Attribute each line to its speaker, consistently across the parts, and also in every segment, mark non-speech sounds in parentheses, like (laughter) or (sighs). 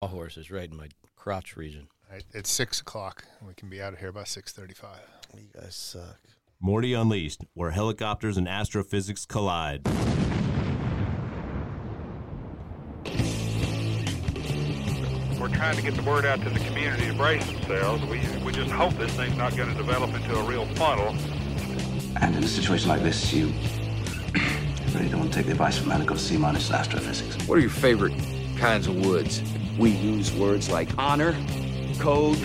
Speaker 1: All horses right in my crotch region.
Speaker 2: All right, it's six o'clock. We can be out of here by six thirty-five.
Speaker 3: You guys suck.
Speaker 4: Morty Unleashed, where helicopters and astrophysics collide.
Speaker 5: We're trying to get the word out to the community to brace themselves. We, we just hope this thing's not going to develop into a real funnel.
Speaker 6: And in a situation like this, you (clears throat) really don't want to take the advice from medical C minus astrophysics.
Speaker 7: What are your favorite kinds of woods? We use words like honor, code,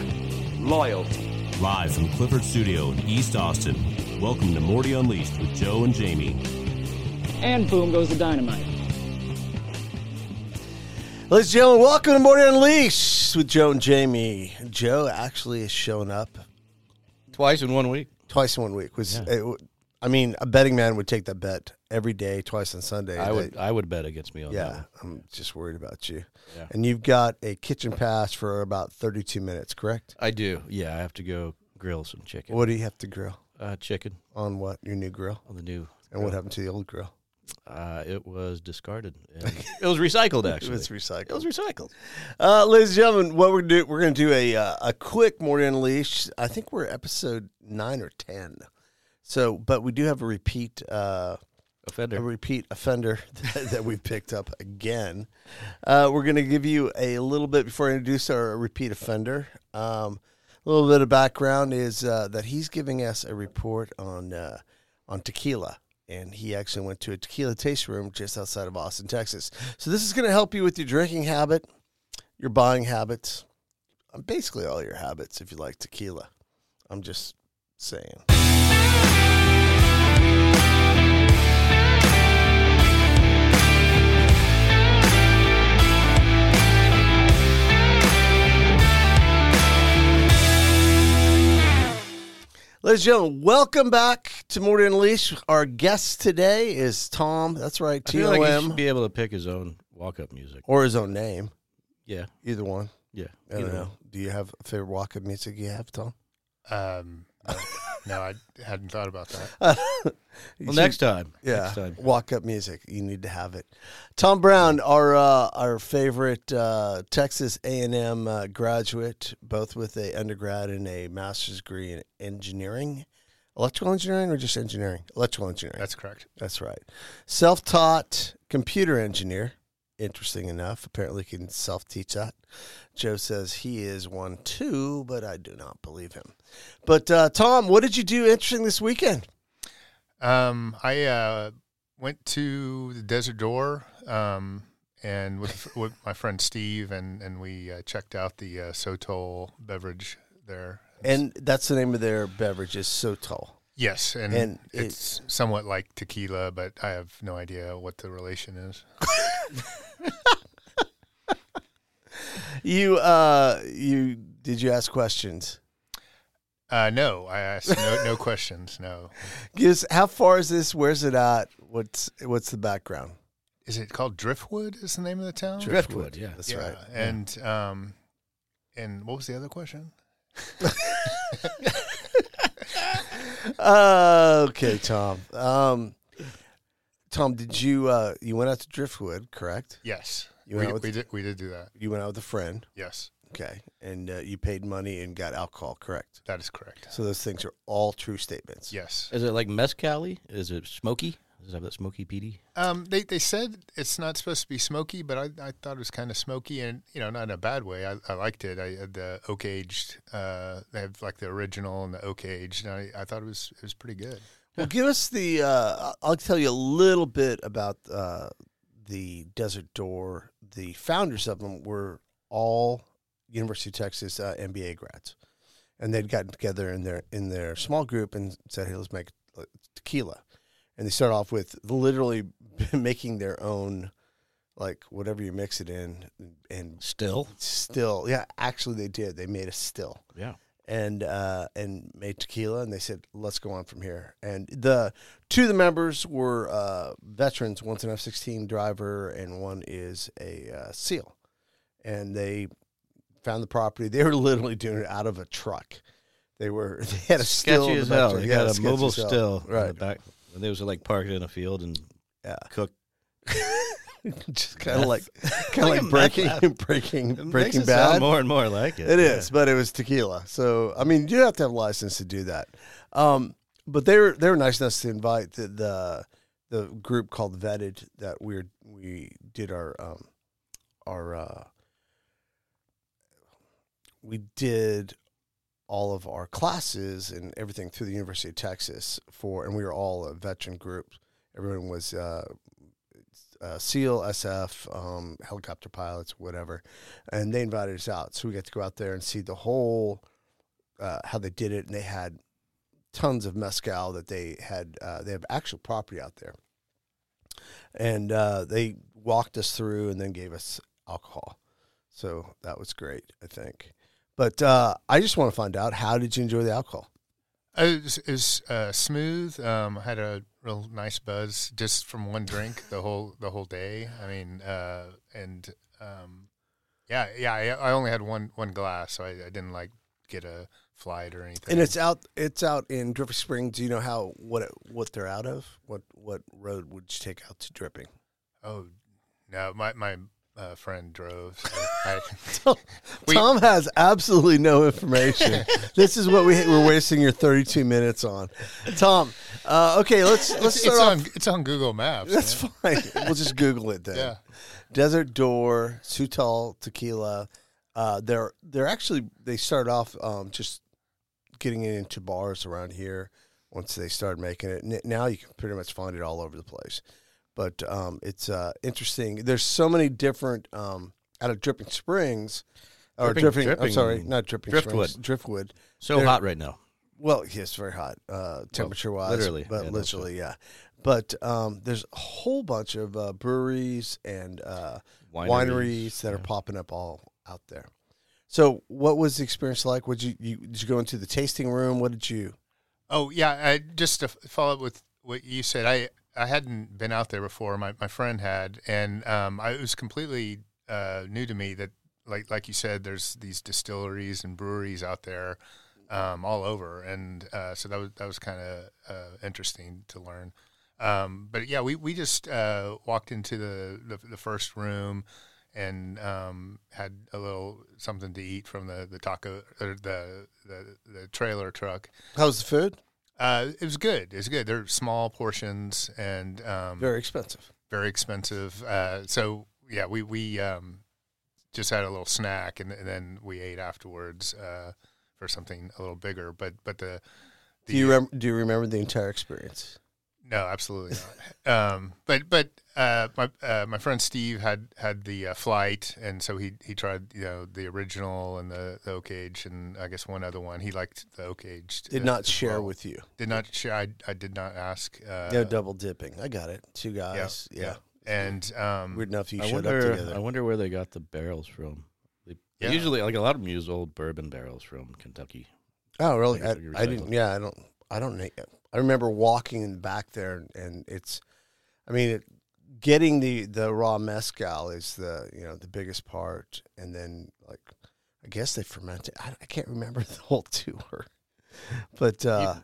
Speaker 7: loyalty.
Speaker 4: Live from Clifford Studio in East Austin. Welcome to Morty Unleashed with Joe and Jamie.
Speaker 8: And boom goes the dynamite.
Speaker 3: Ladies and gentlemen, welcome to Morning Unleashed with Joe and Jamie. Joe actually has shown up
Speaker 1: Twice in one week.
Speaker 3: twice in one week. Was it w I I mean, a betting man would take that bet every day, twice on Sunday.
Speaker 1: I would
Speaker 3: That-
Speaker 1: I would bet against me on that.
Speaker 3: yeah, I'm just worried about you. And you've got a kitchen pass for about 32 minutes, correct?
Speaker 1: I do. Yeah, I have to go grill some chicken.
Speaker 3: What do you have to grill
Speaker 1: Uh, chicken
Speaker 3: on what your new grill,
Speaker 1: on the new.
Speaker 3: and what happened to the old grill?
Speaker 1: Uh, it was discarded. and- (laughs) it was recycled
Speaker 3: It
Speaker 1: actually.
Speaker 3: was recycled.
Speaker 1: It was recycled.
Speaker 3: Uh, ladies and gentlemen, what we're do we're gonna do a uh, a quick morning unleash. I think we're episode nine or ten. So, but we do have a repeat uh, a
Speaker 1: Offender.
Speaker 3: repeat offender (laughs) that, that we picked up again. Uh, we're gonna give you a little bit before I introduce our repeat offender. Um, a little bit of background is uh, that he's giving us a report on uh, on tequila. And he actually went to a tequila taste room just outside of Austin, Texas. So this is going to help you with your drinking habit, your buying habits, uh, basically all your habits if you like tequila. I'm just saying. Ladies and gentlemen, welcome back to Morty Unleashed. Our guest today is Tom. That's right,
Speaker 1: I
Speaker 3: T
Speaker 1: feel
Speaker 3: O
Speaker 1: like he
Speaker 3: M,
Speaker 1: should be able to pick his own walk-up music.
Speaker 3: or his own name,
Speaker 1: Yeah,
Speaker 3: either one.
Speaker 1: yeah.
Speaker 3: I
Speaker 1: either
Speaker 3: don't
Speaker 1: one.
Speaker 3: know. Do you have a favorite walk of music you have, Tom?
Speaker 2: Um, no, no, I hadn't thought about that.
Speaker 1: Well, next time.
Speaker 3: yeah,
Speaker 1: Next time.
Speaker 3: walk up music. You need to have it. Tom Brown, our uh, our favorite uh, Texas A and M uh, graduate, both with a undergrad and a master's degree in engineering, electrical engineering, or just engineering, electrical engineering.
Speaker 2: That's correct.
Speaker 3: That's right. Self taught computer engineer. Interesting enough. Apparently can self teach that. Joe says he is one too, but I do not believe him. But uh, Tom, what did you do interesting this weekend?
Speaker 2: Um, I uh, went to the Desert Door um, and with, (laughs) with my friend Steve, and and we uh, checked out the uh, Sotol beverage there.
Speaker 3: And that's the name of their beverage is Sotol.
Speaker 2: yes, and,
Speaker 3: and
Speaker 2: it's, somewhat like tequila, but I have no idea what the relation is.
Speaker 3: You uh you did you ask questions?
Speaker 2: Uh, no, I asked no, no questions. No,
Speaker 3: Gives how far is this? Where's it at? What's what's the background?
Speaker 2: is it called Driftwood? Is the name of the town?
Speaker 1: Driftwood. Yeah.
Speaker 3: That's right.
Speaker 2: And um, and what was the other question?
Speaker 3: Uh, okay, Tom. Um Tom, did you uh you went out to Driftwood, correct?
Speaker 2: Yes,
Speaker 3: You
Speaker 2: we,
Speaker 3: went out with-
Speaker 2: we did we did do that.
Speaker 3: You went out with a friend,
Speaker 2: Yes,
Speaker 3: okay, and uh, you paid money and got alcohol, correct?
Speaker 2: that is correct.
Speaker 3: So those things are all true statements.
Speaker 2: Yes.
Speaker 1: Is it like mezcal? Is it smoky? Does it have that smoky peaty?
Speaker 2: Um, they, they said it's not supposed to be smoky, but I, I thought it was kind of smoky and, you know, not in a bad way. I, I liked it. I had the oak aged, uh, they have like the original and the oak aged. And I, I thought it was, it was pretty good.
Speaker 3: Well, give us the. Uh, I'll tell you a little bit about uh, the Desert Door. The founders of them were all University of Texas uh, MBA grads, and they'd gotten together in their in their small group and said, "Hey, let's make uh, tequila." And they start off with literally (laughs) making their own, like whatever you mix it in, and
Speaker 1: Still.
Speaker 3: still, yeah, actually they did. They made a still
Speaker 1: Yeah.
Speaker 3: and uh, and made tequila, and they said, "Let's go on from here." And the two of the members were uh, veterans. One's an F sixteen driver, and one is a uh, SEAL. And they found the property. (laughs) They were literally doing it out of a truck. They were (laughs) they had a still
Speaker 1: sketchy
Speaker 3: in the
Speaker 1: as hell.
Speaker 3: back-
Speaker 1: They
Speaker 3: yeah,
Speaker 1: got a
Speaker 3: sketchy
Speaker 1: mobile
Speaker 3: as hell.
Speaker 1: still in
Speaker 3: right?
Speaker 1: the back. And they was like parked in a field and
Speaker 3: Yeah.
Speaker 1: cooked
Speaker 3: (laughs) just kind
Speaker 1: (laughs)
Speaker 3: of like kind of like breaking (laughs) breaking
Speaker 1: It makes
Speaker 3: breaking
Speaker 1: it sound
Speaker 3: bad.
Speaker 1: more and more like it.
Speaker 3: It is, but it was tequila. So I mean, you have to have a license to do that. Um, but they were they were nice enough to invite the the, the group called Vetted that we are we did our um, our uh, we did all of our classes and everything through the University of Texas for, and we were all a veteran group. Everyone was uh, uh, SEAL, SF, um, helicopter pilots, whatever, and they invited us out. So we got to go out there and see the whole uh, how they did it, and they had tons of mezcal that they had. Uh, they have actual property out there, and uh, they walked us through and then gave us alcohol. So that was great, I think. But uh, I just want to find out how did you enjoy the alcohol?
Speaker 2: Oh, It was, it was uh, smooth. Um, I had a real nice buzz just from one drink the whole the whole day. I mean, uh, and um, yeah, yeah. I, I only had one one glass, so I, I didn't like get a flight or anything.
Speaker 3: And it's out. It's out in Dripping Springs. Do you know how what it, what they're out of? What what road would you take out to Dripping?
Speaker 2: oh no, my my uh, friend
Speaker 3: (laughs)
Speaker 2: drove. So I,
Speaker 3: Tom,
Speaker 2: We-
Speaker 3: Tom has absolutely
Speaker 2: (laughs)
Speaker 3: no information. this is what we we're wasting your 32 minutes on. Tom, uh, okay, let's let's
Speaker 2: it's,
Speaker 3: start
Speaker 2: it's
Speaker 3: off.
Speaker 2: on it's on Google Maps.
Speaker 3: That's
Speaker 2: man.
Speaker 1: (laughs)
Speaker 3: fine. We'll just Google it then.
Speaker 2: Yeah.
Speaker 3: Desert Door, Sutal Tequila. Uh, they're they're actually they start off um, just getting it into bars around here. Once they started making it, N- now you can pretty much find it all over the place. But um, it's uh, interesting. There's so many different um, out of Dripping Springs, or
Speaker 1: Dripping-
Speaker 3: dripping, I'm
Speaker 1: Dripping-
Speaker 3: sorry, not Dripping
Speaker 1: Driftwood.
Speaker 3: Springs, Driftwood.
Speaker 1: So
Speaker 3: They're-
Speaker 1: hot right now.
Speaker 3: Well, yes, it's very hot, uh, temperature wise.
Speaker 1: literally,
Speaker 3: but
Speaker 1: yeah, no, it's
Speaker 3: literally, yeah. But um, there's a whole bunch of uh, breweries and uh, wineries,
Speaker 1: Wineries,
Speaker 3: that are popping up all out there. So, what was the experience like? Would you, you did you go into the tasting room? What did you?
Speaker 2: Oh yeah, I, just to f- follow up with what you said, I I hadn't been out there before. My my friend had, and um, I, it was completely uh, new to me that like like you said, there's these distilleries and breweries out there um, all over, and uh, so that was that was kind of uh, interesting to learn. Um, but yeah, we we just uh, walked into the, the the first room and um, had a little something to eat from the the taco or the the, the trailer truck.
Speaker 3: How was the food?
Speaker 2: Uh, it was good. It was good. They're small portions and
Speaker 1: Mm.
Speaker 2: um, very.
Speaker 3: Very expensive.
Speaker 2: expensive. Uh, so yeah, we we um, just had a little snack and, and then we ate afterwards uh, for something a little bigger. But but the, the
Speaker 3: Do
Speaker 1: e
Speaker 3: you rem- do you remember the entire experience?
Speaker 2: no, absolutely not. (laughs) um, but but uh, my uh, my friend Steve had had the uh, flight, and so he he tried you know the original and the, the oak aged, and I guess one other one. He liked the oak aged.
Speaker 3: Did
Speaker 2: uh,
Speaker 3: not
Speaker 2: as
Speaker 3: share
Speaker 2: well.
Speaker 3: with you.
Speaker 2: Did not share. I, I did not ask. Uh,
Speaker 3: no double dipping. I got it. Two guys. Yeah.
Speaker 2: And um,
Speaker 3: Weird enough you
Speaker 1: mm. I
Speaker 3: showed up
Speaker 1: wonder. I
Speaker 3: together.
Speaker 1: wonder where they got the barrels from. They,
Speaker 2: Yeah.
Speaker 1: Usually, like a lot of them use old bourbon barrels from Kentucky.
Speaker 3: Oh, really?
Speaker 1: I
Speaker 3: I,
Speaker 1: think it's
Speaker 3: I didn't.
Speaker 1: recycled.
Speaker 3: Yeah, I don't. I don't. know. I remember walking back there, and, and it's. I mean, it, getting the the raw mezcal is the you know the biggest part, and then like, I guess they ferment it. I, I can't remember (laughs) the whole tour, but uh,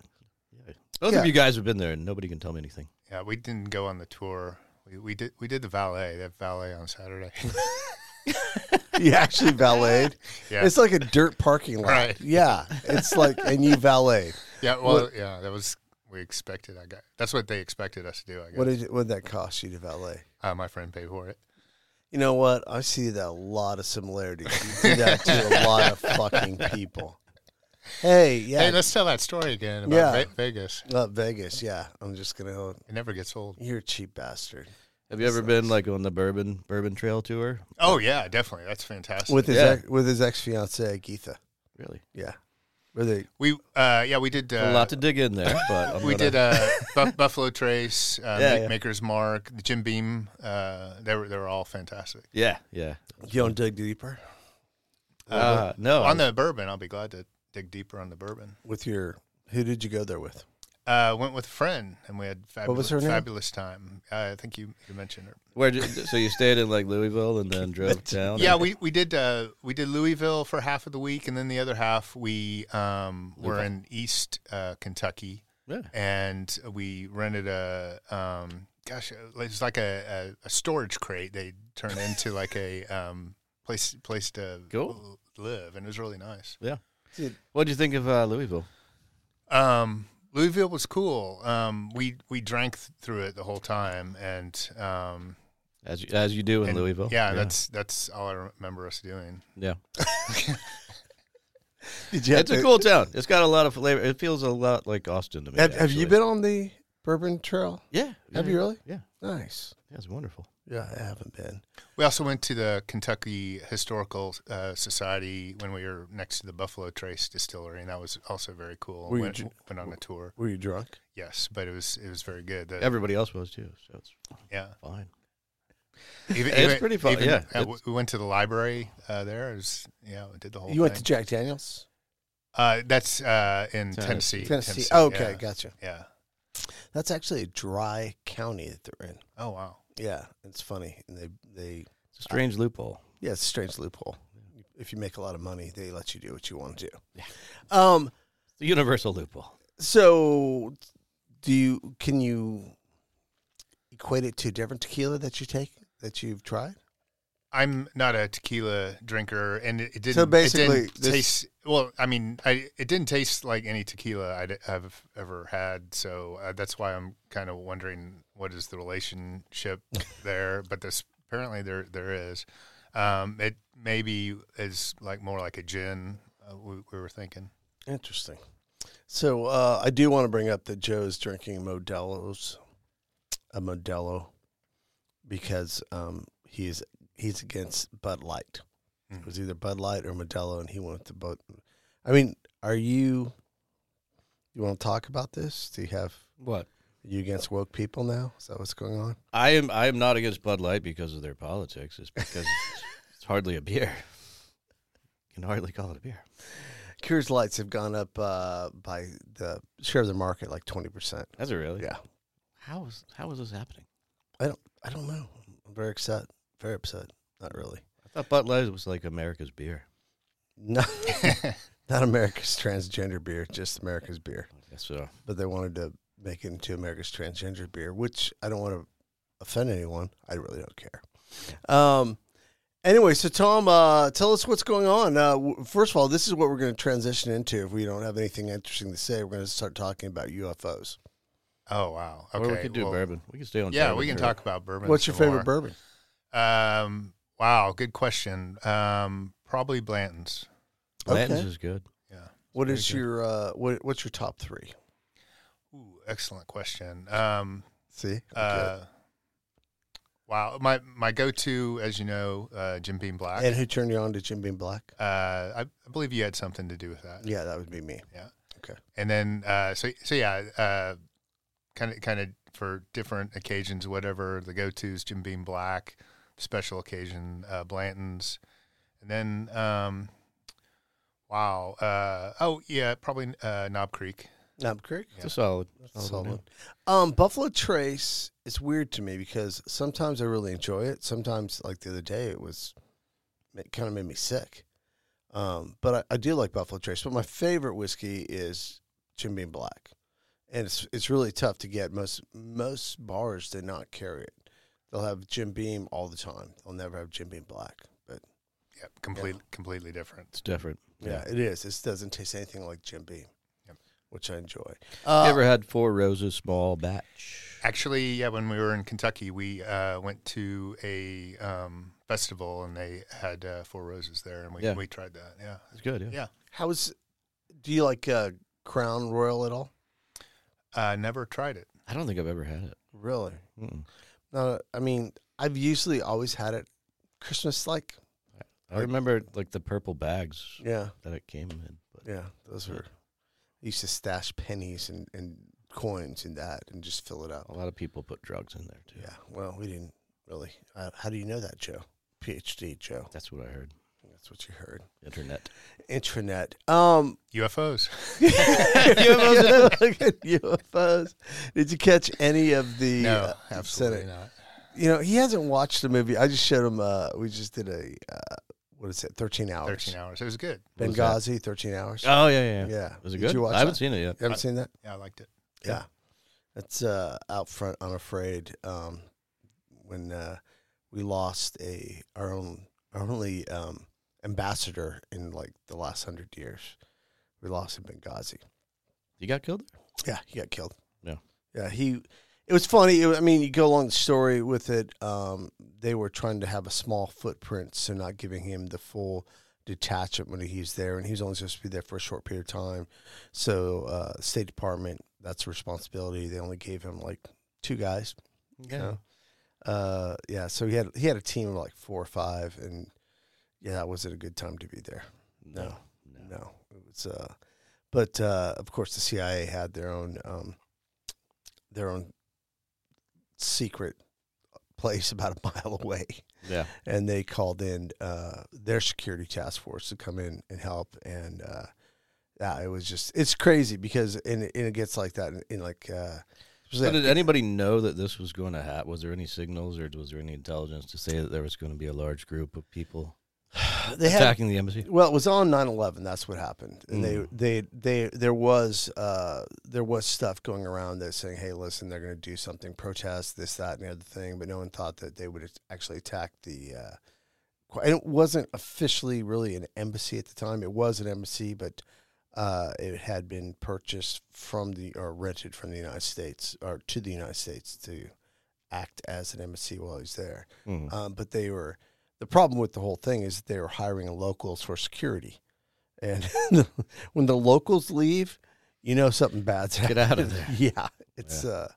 Speaker 1: Yeah. Both
Speaker 3: Yeah.
Speaker 1: of you guys have been there, and nobody can tell me anything.
Speaker 2: yeah, we didn't go on the tour. We, we did we did the valet. That valet
Speaker 1: (laughs)
Speaker 2: on Saturday.
Speaker 3: (laughs)
Speaker 2: (laughs)
Speaker 3: you actually valeted.
Speaker 2: yeah,
Speaker 3: It's like a dirt parking lot.
Speaker 2: Right.
Speaker 3: Yeah, it's like and you
Speaker 2: (laughs)
Speaker 3: valeted.
Speaker 2: yeah. Well, yeah, that was we expected. I got that's what they expected us to do. I guess
Speaker 3: What did what did that cost you to valet?
Speaker 2: uh, my friend paid for it.
Speaker 3: You know what? I see that a lot of similarities. You do that to a lot of fucking people. Hey, yeah,
Speaker 2: Hey, let's tell that story again about
Speaker 3: Yeah.
Speaker 2: Ve- Vegas.
Speaker 3: uh, Vegas. Yeah, I'm just gonna.
Speaker 2: It never gets old.
Speaker 3: You're a cheap bastard
Speaker 1: Have you ever been like on the bourbon bourbon trail tour?
Speaker 2: Oh yeah, definitely. That's fantastic.
Speaker 3: with his
Speaker 1: Yeah.
Speaker 3: ex, with his ex fiancee Geetha.
Speaker 1: Really,
Speaker 3: Yeah, where they
Speaker 2: we uh, yeah we did uh,
Speaker 1: a lot to dig in there. But I'm
Speaker 2: we
Speaker 1: gonna-
Speaker 2: did uh,
Speaker 1: (laughs)
Speaker 2: Buff- Buffalo Trace, uh,
Speaker 1: Yeah,
Speaker 2: Ma-
Speaker 1: yeah.
Speaker 2: Maker's Mark, the Jim Beam. Uh, they were they were all fantastic.
Speaker 1: yeah, yeah.
Speaker 3: you don't dig deeper
Speaker 1: Uh, no,
Speaker 2: on the bourbon, I'll be glad to dig deeper on the bourbon.
Speaker 3: with your. Who did you go there with?
Speaker 2: Uh, went with a friend, and we had fabulous,
Speaker 3: was her name?
Speaker 2: fabulous time. Uh, I think you, you mentioned her.
Speaker 1: where? Did, so you stayed in like Louisville and then
Speaker 3: (laughs)
Speaker 1: drove down.
Speaker 2: Yeah, we, we did uh, we did Louisville for half of the week, and then the other half we um, were in East uh, Kentucky,
Speaker 1: Yeah.
Speaker 2: and we rented a um, gosh, it's like a, a, a storage crate. They turn into like
Speaker 3: (laughs)
Speaker 2: a um, place place to
Speaker 1: Cool.
Speaker 2: l- live, and it was really nice.
Speaker 1: Yeah.
Speaker 3: Dude.
Speaker 1: What would you think of uh, Louisville?
Speaker 2: Um, Louisville was cool. Um, we we drank th- through it the whole time, and um,
Speaker 1: As you, as you do in
Speaker 2: and-
Speaker 1: Louisville.
Speaker 2: Yeah, that's that's all I remember us doing.
Speaker 1: yeah.
Speaker 3: Did you have
Speaker 1: it's a
Speaker 3: to-
Speaker 1: cool town. It's got a lot of flavor. It feels a lot like Austin to me.
Speaker 3: Have, have you
Speaker 1: actually.
Speaker 3: been on the Bourbon Trail?
Speaker 1: Yeah.
Speaker 3: Have
Speaker 1: yeah,
Speaker 3: you really?
Speaker 1: Yeah.
Speaker 3: Nice.
Speaker 1: Yeah, it's wonderful.
Speaker 3: Yeah, I haven't been.
Speaker 2: We also went to the Kentucky Historical uh, Society when we were next to the Buffalo Trace Distillery, and that was also very cool.
Speaker 3: Were you
Speaker 2: went,
Speaker 3: ju-
Speaker 2: went on a tour,
Speaker 3: Were you drunk?
Speaker 2: yes, but it was it was very good. The-
Speaker 1: Everybody else was too, so it's
Speaker 2: yeah,
Speaker 1: fine.
Speaker 2: Even-
Speaker 1: It's pretty fun, yeah.
Speaker 2: uh, w- we went to the library uh, there. It was, yeah, we did the whole.
Speaker 3: You went to
Speaker 2: thing.
Speaker 3: Jack Daniels,
Speaker 2: uh, that's uh, in Tennessee.
Speaker 1: Tennessee.
Speaker 3: Tennessee. okay,
Speaker 2: yeah,
Speaker 3: gotcha.
Speaker 2: yeah.
Speaker 3: That's actually a dry county that they're in.
Speaker 2: Oh wow.
Speaker 3: Yeah, it's funny. And they they
Speaker 1: It's a strange loophole.
Speaker 3: Yeah, it's a strange loophole. If you make a lot of money, they let you do what you want to do. Um.
Speaker 1: It's the universal loophole.
Speaker 3: So, do you can you equate it to different tequila that you take that you've tried?
Speaker 2: I'm not a tequila drinker, and it, it didn't.
Speaker 3: So basically,
Speaker 2: it didn't
Speaker 3: this-
Speaker 2: taste well. I mean, I it didn't taste like any tequila I'd have ever had, so uh, that's why I'm kind of wondering what is
Speaker 1: (laughs)
Speaker 2: the relationship there. But this apparently there there is. Um, it maybe is like more like a gin. Uh, we, we were thinking.
Speaker 3: Interesting. So uh, I do want to bring up that Joe's drinking Modelo's, a Modelo, because um, he's he's against Bud Light. It was either Bud Light or Modelo, and he wanted to both. I mean, are you? You want to talk about this? Do you have
Speaker 1: What?
Speaker 3: are you against woke people now? Is that what's going on?
Speaker 1: I am I am not against Bud Light because of their politics. It's because it's (laughs) hardly a beer. Can hardly call it a beer.
Speaker 3: Coors Lights have gone up uh, by the share of the market like twenty percent.
Speaker 1: Has it really?
Speaker 3: Yeah,
Speaker 1: How is how is this happening?
Speaker 3: I don't I don't know. I'm very upset. Very upset. Not really.
Speaker 1: I thought Bud Light was like America's beer.
Speaker 3: No, (laughs) not America's transgender beer, just America's beer.
Speaker 1: I guess so.
Speaker 3: But they wanted to make it into America's transgender beer, which I don't want to offend anyone. I really don't care. Um, anyway, so Tom, uh, tell us what's going on. Uh, w- first of all, this is what we're going to transition into. If we don't have anything interesting to say, we're going to start talking about UFOs.
Speaker 2: Oh wow. Okay.
Speaker 1: or we could do
Speaker 2: well,
Speaker 1: bourbon. We can stay on.
Speaker 2: Yeah,
Speaker 1: bourbon
Speaker 2: we can
Speaker 1: for-
Speaker 2: talk about bourbon.
Speaker 3: What's your
Speaker 2: some
Speaker 3: favorite
Speaker 2: more.
Speaker 3: bourbon?
Speaker 2: Um, wow, good question. Um, probably Blanton's.
Speaker 1: Blanton's
Speaker 3: Okay.
Speaker 1: is good.
Speaker 2: Yeah.
Speaker 3: What is your uh, what, what's your top three?
Speaker 2: Ooh, excellent question. Um,
Speaker 3: See,
Speaker 2: uh, wow, my my go to, as you know, uh, Jim Beam Black.
Speaker 3: and who turned you on to Jim Beam Black?
Speaker 2: uh, I, I believe you had something to do with that.
Speaker 3: Yeah, that would be me.
Speaker 2: Yeah.
Speaker 3: Okay.
Speaker 2: And then, uh, so so yeah, kind of kind of for different occasions, whatever the go tos, Jim Beam Black, special occasion, uh, Blanton's, and then um, wow, uh, oh yeah, probably uh, Knob Creek.
Speaker 3: Knob Creek.
Speaker 1: It's a solid. solid
Speaker 3: Solid.
Speaker 1: one.
Speaker 3: Um, Buffalo Trace is weird to me because sometimes I really enjoy it. Sometimes, like the other day, it was it kind of made me sick. Um, but I, I do like Buffalo Trace. But my favorite whiskey is Jim Beam Black, and it's it's really tough to get. Most most bars do not carry it. They'll have Jim Beam all the time. They'll never have Jim Beam Black. But
Speaker 2: Yeah, completely completely different.
Speaker 1: It's different.
Speaker 3: yeah, it is. This doesn't taste anything like Jim Beam,
Speaker 2: Yep.
Speaker 3: which I enjoy.
Speaker 1: you ever had Four Roses small batch?
Speaker 2: Actually, yeah, when we were in Kentucky, we uh, went to a um, festival and they had uh, Four Roses there, and we
Speaker 1: Yeah.
Speaker 2: we tried that. Yeah,
Speaker 1: It's good. Yeah.
Speaker 2: yeah.
Speaker 3: How is? Do you like uh, Crown Royal at all?
Speaker 2: Uh, never tried it.
Speaker 1: I don't think I've ever had it.
Speaker 3: Really?
Speaker 1: Mm-mm.
Speaker 3: No, I mean, I've usually always had it Christmas like.
Speaker 1: I remember like the purple bags
Speaker 3: Yeah.
Speaker 1: that it came in. But
Speaker 3: Yeah. Those were, I used to stash pennies and, and coins in that and just fill it
Speaker 1: a
Speaker 3: up.
Speaker 1: lot of people put drugs in there too.
Speaker 3: Yeah. Well, we didn't really. Uh, how do you know that, Joe? PhD, Joe.
Speaker 1: That's what I heard.
Speaker 3: That's what you heard. (laughs)
Speaker 1: Internet.
Speaker 3: Intranet. Um, (laughs)
Speaker 2: UFOs.
Speaker 3: UFOs. UFOs. Did you catch any of the?
Speaker 2: no,
Speaker 3: uh,
Speaker 2: absolutely
Speaker 3: Senate-
Speaker 2: not.
Speaker 3: You know, he hasn't watched the movie. I just showed him. Uh, we just did a uh, what is it? Thirteen hours.
Speaker 2: Thirteen hours. It was good.
Speaker 1: was that?
Speaker 3: Benghazi, thirteen hours.
Speaker 1: Oh yeah, yeah.
Speaker 3: Yeah.
Speaker 1: Was it
Speaker 3: Did
Speaker 1: good?
Speaker 3: you watch
Speaker 1: I haven't
Speaker 3: that?
Speaker 1: seen it yet.
Speaker 3: You haven't seen that?
Speaker 2: Yeah, I liked it.
Speaker 3: Yeah. That's uh, out front. I'm afraid um, when uh, we lost a our own our only um, ambassador in like the last hundred years, we lost in Benghazi.
Speaker 1: You got killed there?
Speaker 3: Yeah, he got killed.
Speaker 1: Yeah.
Speaker 3: yeah. He. It was funny. It, wa- I mean, you go along the story with it. Um, they were trying to have a small footprint, so not giving him the full detachment when he's there, and he's only supposed to be there for a short period of time. So, uh, State Department, that's a responsibility. They only gave him like two guys. Yeah. Uh, yeah. So he had he had a team of like four or five, and yeah, that wasn't a good time to be there. No, no, it was. Uh, but uh, of course, the CIA had their own um, their own secret place (laughs) about a mile away,
Speaker 1: Yeah.
Speaker 3: and they called in uh, their security task force to come in and help. And uh, yeah, it was just it's crazy because and, it- and it gets like that in, in like. Uh,
Speaker 1: So
Speaker 3: especially
Speaker 1: did anybody know that this was going to happen? Was there any signals or was there any intelligence to say that there was going to be a large group of people
Speaker 3: they had
Speaker 1: attacking the embassy?
Speaker 3: Well, it was on 9-11. That's what happened. And they, they, they, there was, uh, there was stuff going around that saying, "Hey, listen, they're going to do something, protest this, that, and the other thing." But no one thought that they would actually attack the. Uh, qu- and it wasn't officially really an embassy at the time. It was an embassy, but uh, it had been purchased from the or rented from the United States or to the United States to act as an embassy while he's there.
Speaker 1: Hmm.
Speaker 3: Um, but they were the problem with the whole thing is that they were hiring locals for security, and (laughs) when the locals leave, you know something bad's
Speaker 1: Get out of
Speaker 3: happening. (laughs) Yeah, it's uh,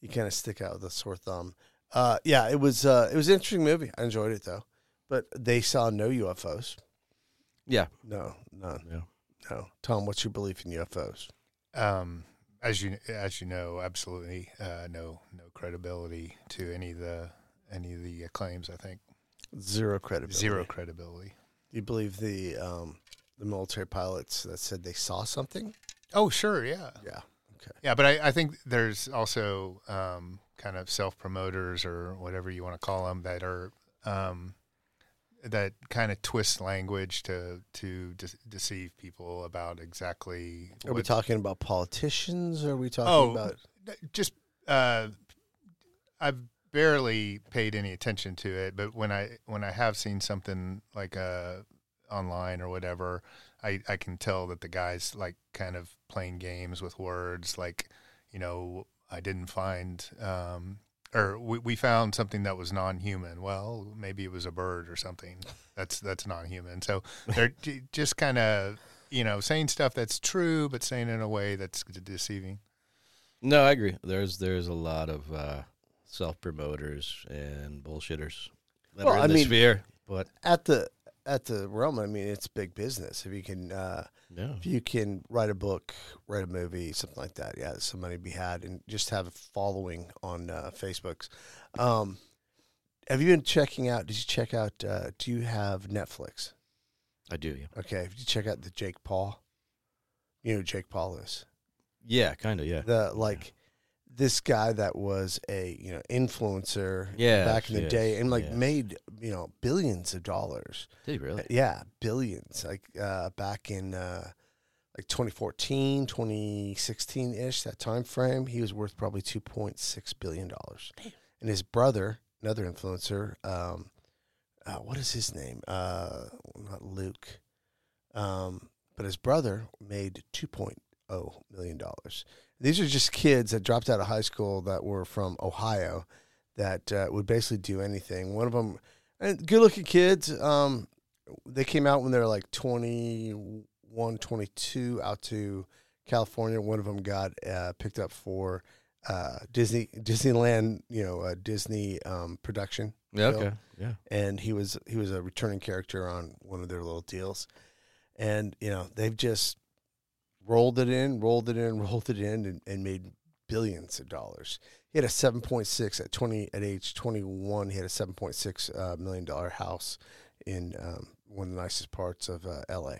Speaker 3: you kind of stick out with a sore thumb. Uh, yeah, it was uh, it was an interesting movie. I enjoyed it though, but they saw no UFOs.
Speaker 1: Yeah.
Speaker 3: No, none.
Speaker 1: Yeah.
Speaker 3: No, Tom, what's your belief in UFOs?
Speaker 2: um, as you as you know, absolutely uh, no no credibility to any of the any of the uh, claims. I think
Speaker 3: Zero credibility.
Speaker 2: zero credibility.
Speaker 3: You believe the um, the military pilots that said they saw something?
Speaker 2: Oh sure, yeah,
Speaker 3: Yeah. Okay.
Speaker 2: yeah. But I, I think there's also um, kind of self promoters or whatever you want to call them that are um, that kind of twist language to to de- deceive people about exactly.
Speaker 3: Are we
Speaker 2: what-
Speaker 3: talking about politicians? Or are we talking
Speaker 2: Oh,
Speaker 3: about?
Speaker 2: just uh, I've barely paid any attention to it, but when I when I have seen something like uh, online or whatever, I I can tell that the guys like kind of playing games with words, like you know I didn't find. Um, or we, we found something that was non-human. Well, maybe it was a bird or something. That's that's non-human. So
Speaker 3: (laughs)
Speaker 2: they're j- just kind of you know saying stuff that's true, but saying it in a way that's d- deceiving.
Speaker 1: No, I agree. There's there's a lot of uh, self promoters and bullshitters that
Speaker 3: Well,
Speaker 1: are in
Speaker 3: I
Speaker 1: the
Speaker 3: mean-
Speaker 1: sphere. But
Speaker 3: at the at the realm, I mean, it's big business. If you can, uh,
Speaker 1: yeah,
Speaker 3: if you can write a book, write a movie, something like that, yeah, there's some money to be had, and just have a following on uh, Facebooks. Um, have you been checking out? Did you check out? Uh, do you have Netflix?
Speaker 1: I do. Yeah,
Speaker 3: Okay, did you check out the Jake Paul? You know who Jake Paul is
Speaker 1: yeah, kind of. Yeah,
Speaker 3: the like this guy that was a you know influencer
Speaker 1: Yes,
Speaker 3: back in the
Speaker 1: yes,
Speaker 3: day and like
Speaker 1: yes.
Speaker 3: made you know billions of dollars. Uh,
Speaker 1: did he really?
Speaker 3: Yeah, billions. Like uh, back in uh, like 2014, 2016 ish, that time frame, he was worth probably 2.6 billion dollars. And his brother, another influencer, um, uh, what is his name? Uh, not Luke, um, but his brother made 2.0 million dollars. These are just kids that dropped out of high school that were from Ohio that uh, would basically do anything. One of them, and good-looking kids. Um, they came out when they were like 21, 22 out to California. One of them got uh, picked up for uh, Disney Disneyland, you know, uh, Disney um, production.
Speaker 1: Yeah.
Speaker 3: film.
Speaker 1: Okay. Yeah.
Speaker 3: And he was he was a returning character on one of their little deals, and you know they've just rolled it in, rolled it in, (laughs) rolled it in, and, and made billions of dollars. He had a 7.6 at 20 at age 21. He had a 7.6 uh, million dollar house in um, one of the nicest parts of uh, LA.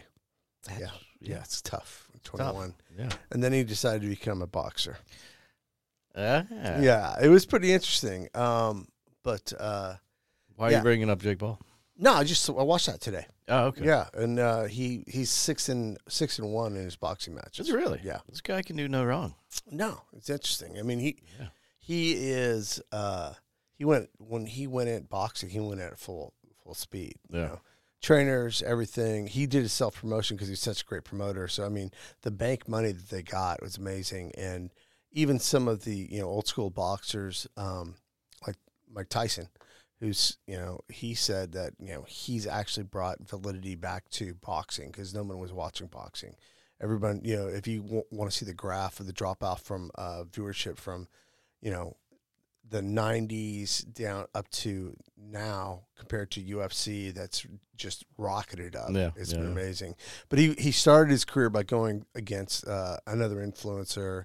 Speaker 3: yeah, yeah, it's tough. 21,
Speaker 1: Yeah.
Speaker 3: and then he decided to become a boxer.
Speaker 1: Ah.
Speaker 3: Yeah, it was pretty interesting. Um, but uh,
Speaker 1: Why are
Speaker 3: Yeah.
Speaker 1: you bringing up Jake Paul?
Speaker 3: No, I just I watched that today.
Speaker 1: Oh, okay.
Speaker 3: Yeah, and uh, he he's six and six and one in his boxing matches.
Speaker 1: Is it really?
Speaker 3: Yeah.
Speaker 1: This guy can do no wrong.
Speaker 3: No, it's interesting. I mean, he he is uh he went when he went at boxing, he went at full full speed.
Speaker 1: Yeah.
Speaker 3: Trainers, everything. He did his self promotion because he's such a great promoter. So I mean, the bank money that they got was amazing, and even some of the you know old school boxers, um, like Mike Tyson, who's you know he said that you know he's actually brought validity back to boxing because no one was watching boxing. Everyone, you know, if you w- want to see the graph of the dropout from uh, viewership from, you know, the 90s down up to now compared to UFC that's just rocketed up.
Speaker 1: Yeah,
Speaker 3: It's
Speaker 1: yeah,
Speaker 3: been
Speaker 1: yeah.
Speaker 3: amazing. But he, he started his career by going against uh, another influencer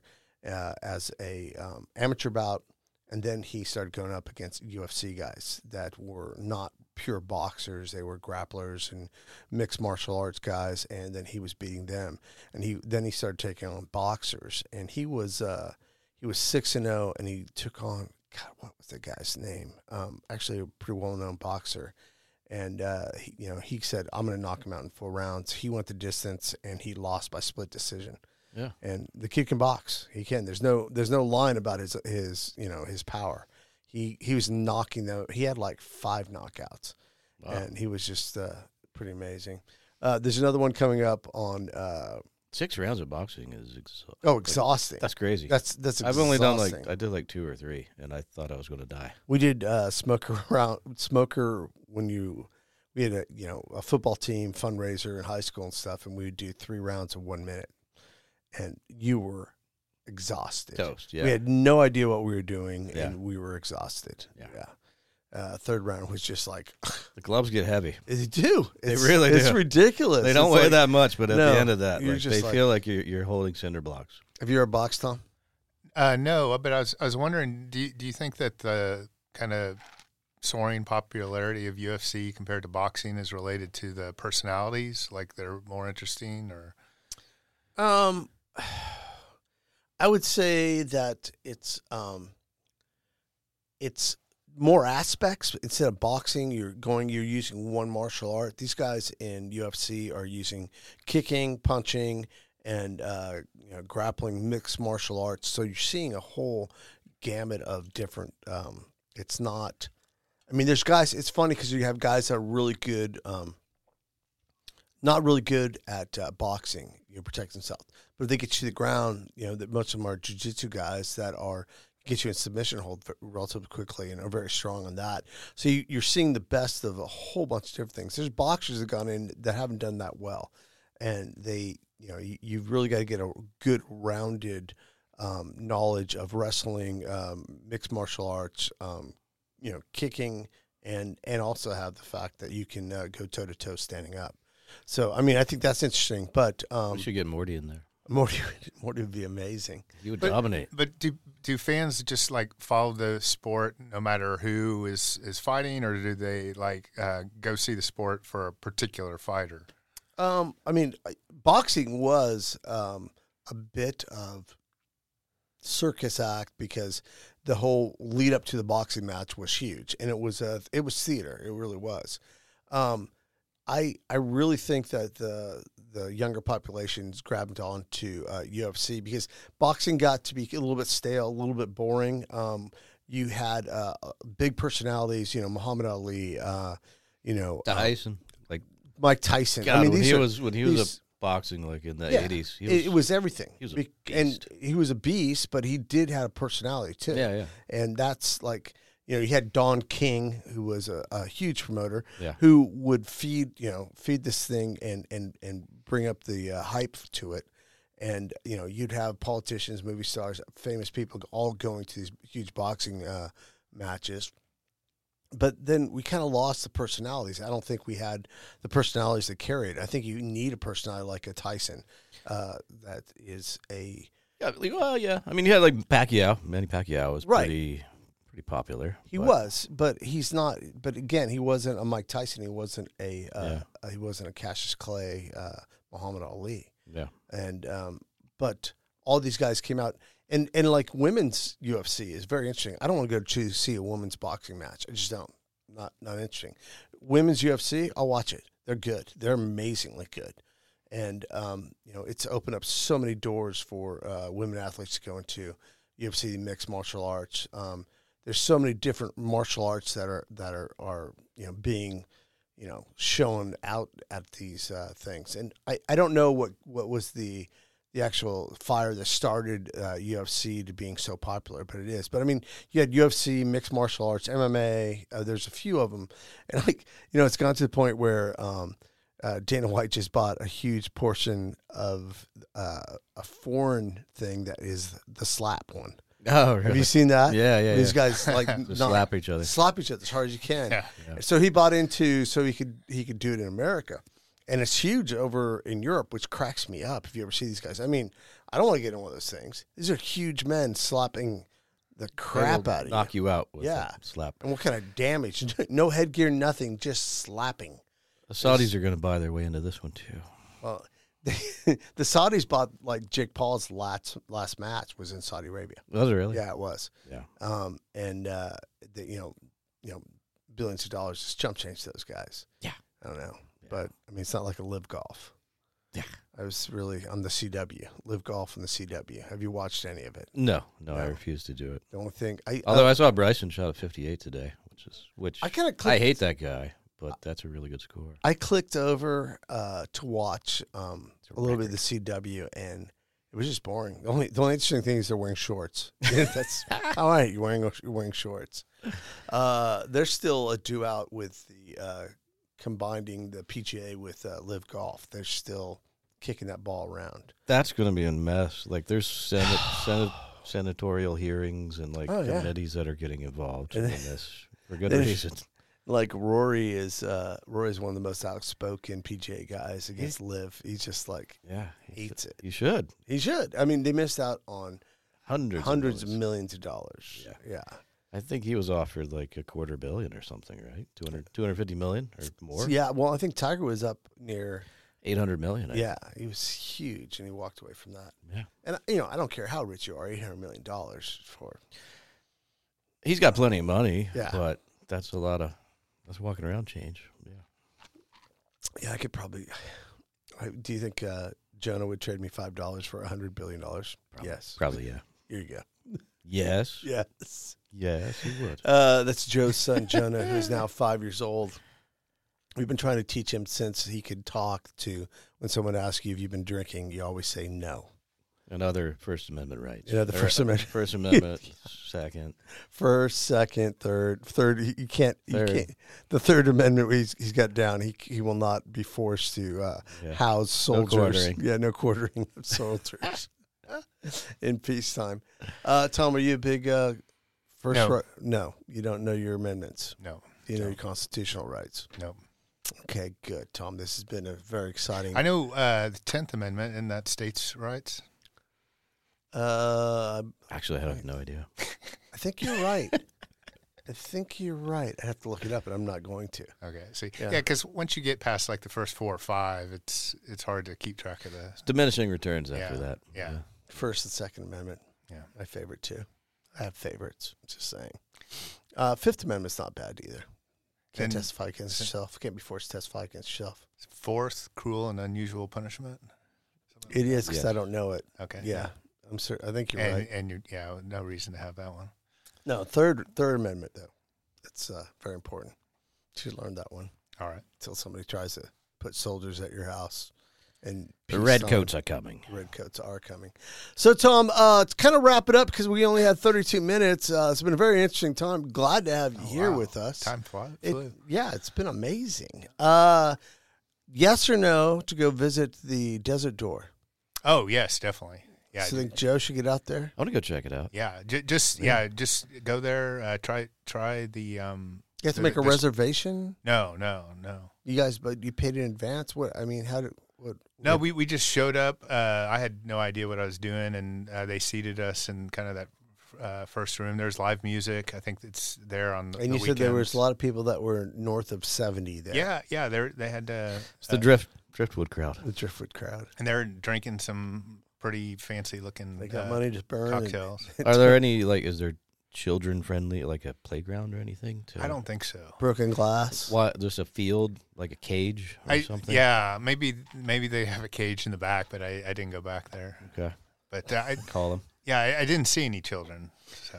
Speaker 3: uh, as a um, amateur bout. And then he started going up against UFC guys that were not pure boxers. They were grapplers and mixed martial arts guys. And then he was beating them. And he then he started taking on boxers. And he was uh, he was six and zero, and he took on God, what was the guy's name? Um, actually, a pretty well known boxer. And uh, he, you know, he said, "I'm going to knock him out in four rounds." He went the distance, and he lost by split decision.
Speaker 1: Yeah.
Speaker 3: And the kid can box. He can. There's no there's no line about his his you know his power. He he was knocking though. He had like five knockouts, and he was just uh, pretty amazing. Uh, there's another one coming up on. Uh,
Speaker 1: Six rounds of boxing is exa-
Speaker 3: oh, exhausting.
Speaker 1: that's crazy.
Speaker 3: That's that's.
Speaker 1: I've only done
Speaker 3: exhausting.
Speaker 1: like I did like two or three, and I thought I was going to die.
Speaker 3: We did uh, (laughs) smoker round smoker when you we had a you know a football team fundraiser in high school and stuff, and we would do three rounds of one minute, and you were exhausted.
Speaker 1: Toast, yeah.
Speaker 3: We had no idea what we were doing,
Speaker 1: Yeah.
Speaker 3: and we were exhausted.
Speaker 1: Yeah.
Speaker 3: Uh, third round was just like (laughs)
Speaker 1: The gloves get heavy.
Speaker 3: they do.
Speaker 1: They
Speaker 3: It's,
Speaker 1: really
Speaker 3: It's
Speaker 1: do.
Speaker 3: ridiculous.
Speaker 1: They don't
Speaker 3: It's
Speaker 1: weigh
Speaker 3: like-
Speaker 1: that much, but at
Speaker 3: No,
Speaker 1: the end of that,
Speaker 3: you're
Speaker 1: like,
Speaker 3: just
Speaker 1: they
Speaker 3: like-
Speaker 1: feel like you're, you're holding cinder blocks.
Speaker 3: Have you ever boxed, Tom?
Speaker 2: Uh, no, but I was I was wondering, do you, do you think that the kind of soaring popularity of UFC compared to boxing is related to the personalities, like they're more interesting, or
Speaker 3: Um, (sighs) I would say that it's um, it's more aspects instead of boxing. You're going, you're using one martial art. These guys in UFC are using kicking, punching, and uh, you know, grappling, mixed martial arts. So you're seeing a whole gamut of different. Um, it's not. I mean, there's guys. It's funny because you have guys that are really good. Um, not really good at uh, boxing, you know, protect themselves. But if they get you to the ground, you know, that most of them are jujitsu guys that are get you in submission hold v- relatively quickly and are very strong on that. So you, you're seeing the best of a whole bunch of different things. There's boxers that gone in that haven't done that well, and they, you know, you, you've really got to get a good rounded um, knowledge of wrestling, um, mixed martial arts, um, you know, kicking. And, and also have the fact that you can uh, go toe to toe standing up. So I mean, I think that's interesting. But um,
Speaker 1: we should get Morty in there.
Speaker 3: Morty, Morty would be amazing.
Speaker 1: He would
Speaker 2: But-
Speaker 1: dominate.
Speaker 2: but do do fans just like follow the sport no matter who is is fighting, or do they like uh, go see the sport for a particular fighter?
Speaker 3: Um, I mean, I- boxing was um, a bit of circus act because the whole lead up to the boxing match was huge, and it was a it was theater. It really was. Um, I I really think that the the younger population's grabbed onto uh, UFC because boxing got to be a little bit stale, a little bit boring. Um, you had uh, big personalities, you know, Muhammad Ali, uh, you know, uh,
Speaker 1: Tyson, like
Speaker 3: Mike Tyson.
Speaker 1: God,
Speaker 3: I mean,
Speaker 1: when
Speaker 3: these
Speaker 1: he
Speaker 3: are-
Speaker 1: was when he was
Speaker 3: these-
Speaker 1: a boxing like in the
Speaker 3: Yeah,
Speaker 1: eighties.
Speaker 3: it- it was everything.
Speaker 1: he was a
Speaker 3: Be-
Speaker 1: beast.
Speaker 3: And he was a beast, but he did have a personality too.
Speaker 1: Yeah, yeah.
Speaker 3: And that's like, you know, you had Don King, who was a, a huge promoter,
Speaker 1: Yeah.
Speaker 3: who would feed, you know, feed this thing and and and bring up the uh, hype to it. And you know, you'd have politicians, movie stars, famous people all going to these huge boxing uh, matches but then we kind of lost the personalities. I don't think we had the personalities that carry it. I think you need a personality like a Tyson uh, that is a
Speaker 1: yeah, like, well, yeah. I mean, he had like Pacquiao. Manny Pacquiao was
Speaker 3: Right.
Speaker 1: pretty pretty popular.
Speaker 3: he
Speaker 1: but-
Speaker 3: was, but he's not. But again, he wasn't a Mike Tyson. He wasn't a uh,
Speaker 1: Yeah.
Speaker 3: uh, he wasn't a Cassius Clay, uh, Muhammad Ali,
Speaker 1: Yeah,
Speaker 3: and um, but all these guys came out. And, and like women's UFC is very interesting. I don't want to go to see a women's boxing match. I just don't. Not not interesting. women's UFC, I'll watch it. They're good. They're amazingly good, and um, you know it's opened up so many doors for uh, women athletes to go into UFC mixed martial arts. Um, there's so many different martial arts that are that are are you know being you know shown out at these uh, things, and I, I don't know what what was the the actual fire that started uh, UFC to being so popular, but it is. But I mean, you had UFC, mixed martial arts, MMA. Uh, there's a few of them, (laughs) and like you know, it's gone to the point where um, uh, Dana White just bought a huge portion of uh, a foreign thing that is the slap one.
Speaker 1: Oh, (laughs)
Speaker 3: Have you seen that?
Speaker 1: Yeah, yeah,
Speaker 3: These
Speaker 1: yeah.
Speaker 3: guys like
Speaker 1: (laughs) Just slap each other.
Speaker 3: slap each other as hard as you can.
Speaker 2: Yeah.
Speaker 3: So he bought into so he could he could do it in America, and it's huge over in Europe, which cracks me up. If you ever see these guys, I mean, I don't want to get in one of those things. These are huge men slapping the crap out of
Speaker 1: knock
Speaker 3: you.
Speaker 1: you out with
Speaker 3: Yeah.
Speaker 1: yeah. slap.
Speaker 3: And what kind of damage? (laughs) no headgear, nothing, just slapping.
Speaker 1: The Saudis are going to buy their way into this one too.
Speaker 3: Well, (laughs) the Saudis bought like Jake Paul's last last match was in Saudi Arabia.
Speaker 1: Was it really?
Speaker 3: Yeah, it was.
Speaker 1: Yeah.
Speaker 3: um, and uh, the, you know, you know, billions of dollars is chump change to those guys.
Speaker 1: Yeah.
Speaker 3: I don't know, but I mean, it's not like a live golf.
Speaker 1: Yeah.
Speaker 3: I was really on the CW live golf and the CW. Have you watched any of it?
Speaker 1: No, no, I
Speaker 3: No.
Speaker 1: refuse to do it.
Speaker 3: The only thing I
Speaker 1: Although
Speaker 3: uh,
Speaker 1: I saw Bryson shot a 58 today, which is which
Speaker 3: I kinda
Speaker 1: I
Speaker 3: clicked-
Speaker 1: hate that guy, but that's a really good score.
Speaker 3: I clicked over uh, to watch um, a, little bit of the CW, and it was just boring. The only the only interesting thing is they're
Speaker 1: (laughs)
Speaker 3: wearing shorts. (laughs) That's all right. You're wearing you're wearing shorts. Uh, they're still a do out with the uh, combining the PGA with uh, Live Golf. They're still kicking that ball around.
Speaker 1: That's going to be a mess. Like there's (sighs) senate, senate senatorial hearings and like
Speaker 3: Oh, yeah.
Speaker 1: committees that are getting involved in
Speaker 3: And then- (laughs)
Speaker 1: this for good
Speaker 3: then- (laughs)
Speaker 1: reason.
Speaker 3: Like Rory is uh, Rory is one of the most outspoken PGA guys against Live. He's just like
Speaker 1: Yeah, he
Speaker 3: hates it.
Speaker 1: you should
Speaker 3: He should. I mean, they missed out on
Speaker 1: hundreds
Speaker 3: hundreds
Speaker 1: of millions.
Speaker 3: of millions of dollars.
Speaker 1: Yeah.
Speaker 3: yeah.
Speaker 1: I think he was offered like a quarter billion or something, right? 200, 250 million or more.
Speaker 3: So, yeah, well, I think Tiger was up near.
Speaker 1: eight hundred million. I
Speaker 3: Yeah, he was huge, and he walked away from that.
Speaker 1: Yeah.
Speaker 3: And you know, I don't care how rich you are, eight hundred million dollars for.
Speaker 1: He's got plenty of money,
Speaker 3: Yeah.
Speaker 1: but that's a lot of that's walking around change. Yeah.
Speaker 3: Yeah, I could probably. (sighs) I, do you think uh, Jonah would trade me five dollars for a hundred billion dollars? Yes.
Speaker 1: Probably yeah.
Speaker 3: Here you go.
Speaker 1: Yes.
Speaker 3: Yes.
Speaker 1: Yes, he would.
Speaker 3: Uh, that's Joe's son Jonah, who's now five years old. We've been trying to teach him since he could talk to. When someone asks you if you've been drinking, you always say no.
Speaker 1: Another First Amendment rights.
Speaker 3: Another
Speaker 1: Or,
Speaker 3: First
Speaker 1: uh,
Speaker 3: Amendment.
Speaker 1: First Amendment.
Speaker 2: (laughs)
Speaker 1: second.
Speaker 3: first, second, third, third. You you can't. You
Speaker 1: Third.
Speaker 3: can't. The Third Amendment. He's, he's got down. He he will not be forced to uh,
Speaker 1: Yeah.
Speaker 3: house soldiers.
Speaker 1: quartering.
Speaker 3: Yeah, no quartering
Speaker 1: (laughs)
Speaker 3: of soldiers (laughs) in peacetime. Uh, Tom, are you a big uh, first?
Speaker 2: No.
Speaker 3: ri- no, you don't know your amendments.
Speaker 2: No,
Speaker 3: You know your constitutional rights.
Speaker 2: no.
Speaker 3: Okay, good, Tom. This has been a very exciting.
Speaker 2: I know uh, the Tenth Amendment and that states' rights.
Speaker 3: Uh,
Speaker 1: Actually, I have no idea.
Speaker 3: I think
Speaker 2: (laughs)
Speaker 3: you're right. I think you're right. I have to look it up, and I'm not going to.
Speaker 2: Okay, see,
Speaker 3: Yeah.
Speaker 2: yeah, because once you get past like the first four or five, it's it's hard to keep track of the.
Speaker 1: It's diminishing returns after
Speaker 2: Yeah,
Speaker 1: that.
Speaker 2: yeah.
Speaker 3: First and Second Amendment.
Speaker 2: Yeah.
Speaker 3: my favorite too. I have favorites. Just saying. Uh, Fifth Amendment's not bad either. Can't
Speaker 2: And-
Speaker 3: testify against yourself. Can't be forced to testify against yourself.
Speaker 2: Fourth, cruel and unusual punishment.
Speaker 3: It is because
Speaker 1: Yeah.
Speaker 3: I don't know it.
Speaker 2: Okay,
Speaker 3: Yeah, I'm sure. I think you're
Speaker 2: and
Speaker 3: right.
Speaker 2: and you, yeah, no reason to have that one.
Speaker 3: No, third Third Amendment though, it's uh, very important. You should learn that one
Speaker 2: All right,
Speaker 3: until somebody tries to put soldiers at your house. And
Speaker 1: The
Speaker 3: peace
Speaker 1: red
Speaker 3: sign.
Speaker 1: coats are coming.
Speaker 3: Redcoats are coming. So, Tom, uh, to kind of wrap it up because we only had 32 minutes, uh, it's been a very interesting time. Glad to have you here
Speaker 2: Oh, wow.
Speaker 3: with us.
Speaker 2: time fly,
Speaker 3: It-
Speaker 2: flew.
Speaker 3: yeah, it's been amazing. Uh, yes or no to go visit the Desert Door?
Speaker 2: Oh yes, definitely. Yeah,
Speaker 3: so, I think Joe should get out there.
Speaker 1: I want to go check it out.
Speaker 2: yeah. J- just yeah. just go there. Uh, try try the um.
Speaker 3: You have to
Speaker 2: the-
Speaker 3: make a
Speaker 2: the-
Speaker 3: reservation.
Speaker 2: No, no, no.
Speaker 3: You guys, but you paid in advance. What I mean, how did what?
Speaker 2: No,
Speaker 3: what-
Speaker 2: we, we just showed up. Uh, I had no idea what I was doing, and uh, they seated us in kind of that uh, first room. There's live music. I think it's there on. the
Speaker 3: and you
Speaker 2: the
Speaker 3: said there was
Speaker 2: weekends.
Speaker 3: a lot of people that were north of 70 there.
Speaker 2: Yeah, yeah. They they had uh,
Speaker 1: It's the
Speaker 2: uh,
Speaker 1: drift driftwood crowd.
Speaker 2: (laughs)
Speaker 3: the driftwood crowd.
Speaker 2: and they're drinking some pretty fancy looking.
Speaker 3: They got
Speaker 2: uh,
Speaker 3: money to burn. and- (laughs)
Speaker 2: cocktails.
Speaker 1: Are there any like? Is there children friendly, like a playground or anything? To,
Speaker 2: I don't think so.
Speaker 3: Broken glass.
Speaker 1: Why, just a field, like a cage or
Speaker 2: I,
Speaker 1: something?
Speaker 2: yeah, maybe maybe they have a cage in the back, but I, I didn't go back there.
Speaker 1: Okay.
Speaker 2: But uh, I,
Speaker 1: Call them.
Speaker 2: yeah, I, I didn't see any children, so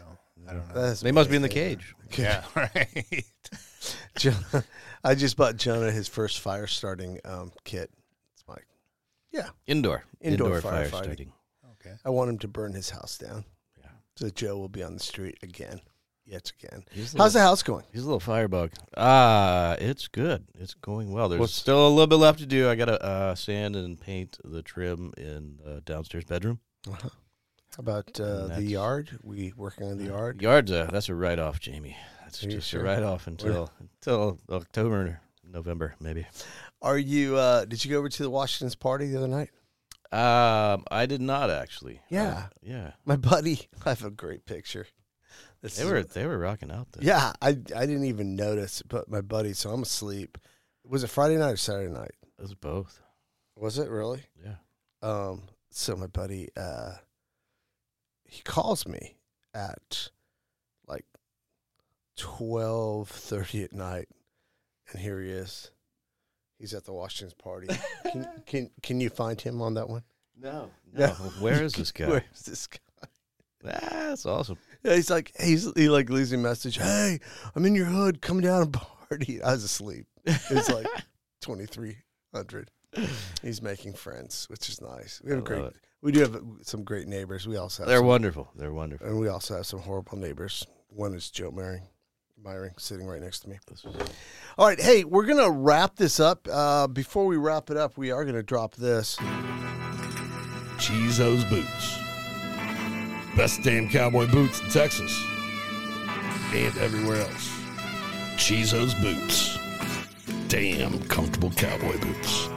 Speaker 2: I don't
Speaker 3: (laughs)
Speaker 2: know.
Speaker 3: That's
Speaker 1: They must be in the
Speaker 3: amazing.
Speaker 1: cage.
Speaker 2: Yeah, (laughs) right.
Speaker 3: Jonah, (laughs) I just bought Jonah his first fire starting um, kit. It's like, yeah,
Speaker 1: Indoor.
Speaker 3: Indoor
Speaker 1: fire
Speaker 3: firefighting.
Speaker 1: starting.
Speaker 3: I want him to burn his house down. So Joe will be on the street again, yet again.
Speaker 1: He's
Speaker 3: How's
Speaker 1: little-
Speaker 3: the house going?
Speaker 1: He's a little firebug. Ah, it's good. It's going well. There's
Speaker 3: What's-
Speaker 1: still a little bit left to do. I gotta uh, sand and paint the trim in the downstairs bedroom.
Speaker 3: How about
Speaker 1: Uh-huh. And
Speaker 3: uh, the
Speaker 1: that's-
Speaker 3: yard? We working on the yard?
Speaker 1: Yards, uh, that's a write off, Jamie. That's
Speaker 3: Are you
Speaker 1: just
Speaker 3: sure?
Speaker 1: a write off until until October, November, maybe.
Speaker 3: Are you? Uh, did you go over to the Washington's party the other night? (laughs)
Speaker 1: Um, I did not actually.
Speaker 3: Yeah.
Speaker 1: Uh, yeah.
Speaker 3: My buddy, I have a great picture. This
Speaker 1: They
Speaker 3: is-
Speaker 1: were they were rocking out. Though.
Speaker 3: Yeah, I I didn't even notice, but my buddy. So I'm asleep. Was it Friday night or Saturday night?
Speaker 1: it was both.
Speaker 3: Was it really?
Speaker 1: Yeah.
Speaker 3: Um, so my buddy, uh, he calls me at like twelve thirty at night, and here he is. He's at the
Speaker 1: (laughs)
Speaker 3: Washington's party. can, can can you find him on that one?
Speaker 1: No.
Speaker 3: No.
Speaker 1: No.
Speaker 3: (laughs)
Speaker 1: Where is this guy?
Speaker 3: Where is this guy?
Speaker 1: Ah, that's awesome.
Speaker 3: Yeah, he's like he's he like leaves me a message. Hey, I'm in your hood. Come down and (laughs) party. I was asleep.
Speaker 1: (laughs)
Speaker 3: It's like twenty three hundred. He's making friends, which is nice. We have
Speaker 1: I
Speaker 3: a great.
Speaker 1: love it.
Speaker 3: We do have some great neighbors. We also have
Speaker 1: They're
Speaker 3: some-
Speaker 1: wonderful. They're wonderful.
Speaker 3: and we also have some horrible neighbors. One is Joe Myring, Myring sitting right next to me. All right, hey, we're gonna wrap this up. Uh, before we wrap it up, we are gonna drop this.
Speaker 9: Cheezo's Boots. Best damn cowboy boots in Texas and everywhere else. Cheezo's Boots. Damn comfortable cowboy boots.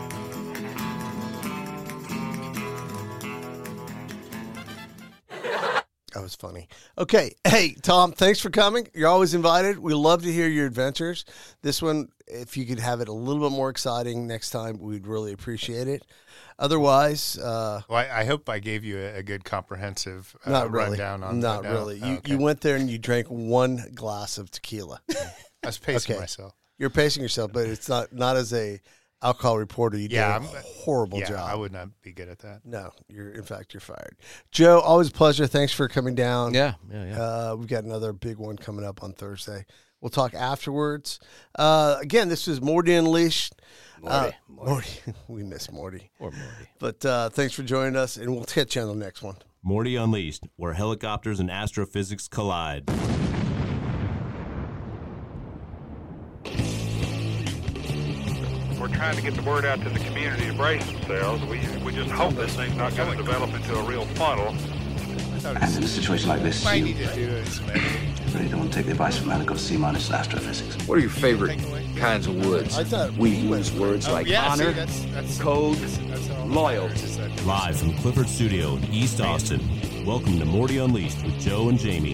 Speaker 3: That was funny. Okay. Hey, Tom, thanks for coming. You're always invited. We love to hear your adventures. This one, if you could have it a little bit more exciting next time, we'd really appreciate it. Otherwise, uh,
Speaker 2: Well, I, I hope I gave you a, a good comprehensive uh,
Speaker 3: not really.
Speaker 2: rundown on.
Speaker 3: not
Speaker 2: no,
Speaker 3: really. You,
Speaker 2: oh, okay.
Speaker 3: you went there and you drank one glass of tequila.
Speaker 2: I was pacing
Speaker 3: okay.
Speaker 2: myself.
Speaker 3: You're pacing yourself, but it's not not as a alcohol reporter. You
Speaker 2: Yeah,
Speaker 3: did a
Speaker 2: I'm-
Speaker 3: horrible
Speaker 2: yeah,
Speaker 3: job.
Speaker 2: I would not be good at that.
Speaker 3: no, you're in fact you're fired. Joe, always a pleasure. Thanks for coming down.
Speaker 1: Yeah, yeah, yeah.
Speaker 3: Uh, we've got another big one coming up on Thursday. We'll talk afterwards. Uh, again, this is Morty Unleashed. Morty. Morty. (laughs) we miss Morty.
Speaker 1: Poor Morty.
Speaker 3: But uh, thanks for joining us, and we'll catch you on the next one.
Speaker 4: Morty Unleashed, where helicopters and astrophysics collide.
Speaker 5: We're trying to get the word out to the community to brace themselves. We, we just hope this thing's not going to develop into a real funnel.
Speaker 6: And in a situation like this,
Speaker 2: I
Speaker 6: you
Speaker 2: need to do it. some editing.
Speaker 6: really don't take the advice from Malik of C minus astrophysics.
Speaker 7: What are your favorite kinds of woods?
Speaker 3: I thought
Speaker 7: we
Speaker 3: you went
Speaker 7: use
Speaker 3: for
Speaker 7: words
Speaker 2: Oh,
Speaker 7: like
Speaker 2: yeah, see,
Speaker 7: honor,
Speaker 2: that's, that's,
Speaker 7: code,
Speaker 2: that's all.
Speaker 7: loyalty.
Speaker 2: It's just that-
Speaker 4: Live from Clifford Studio in East Austin, welcome to Morty Unleashed with Joe and Jamie.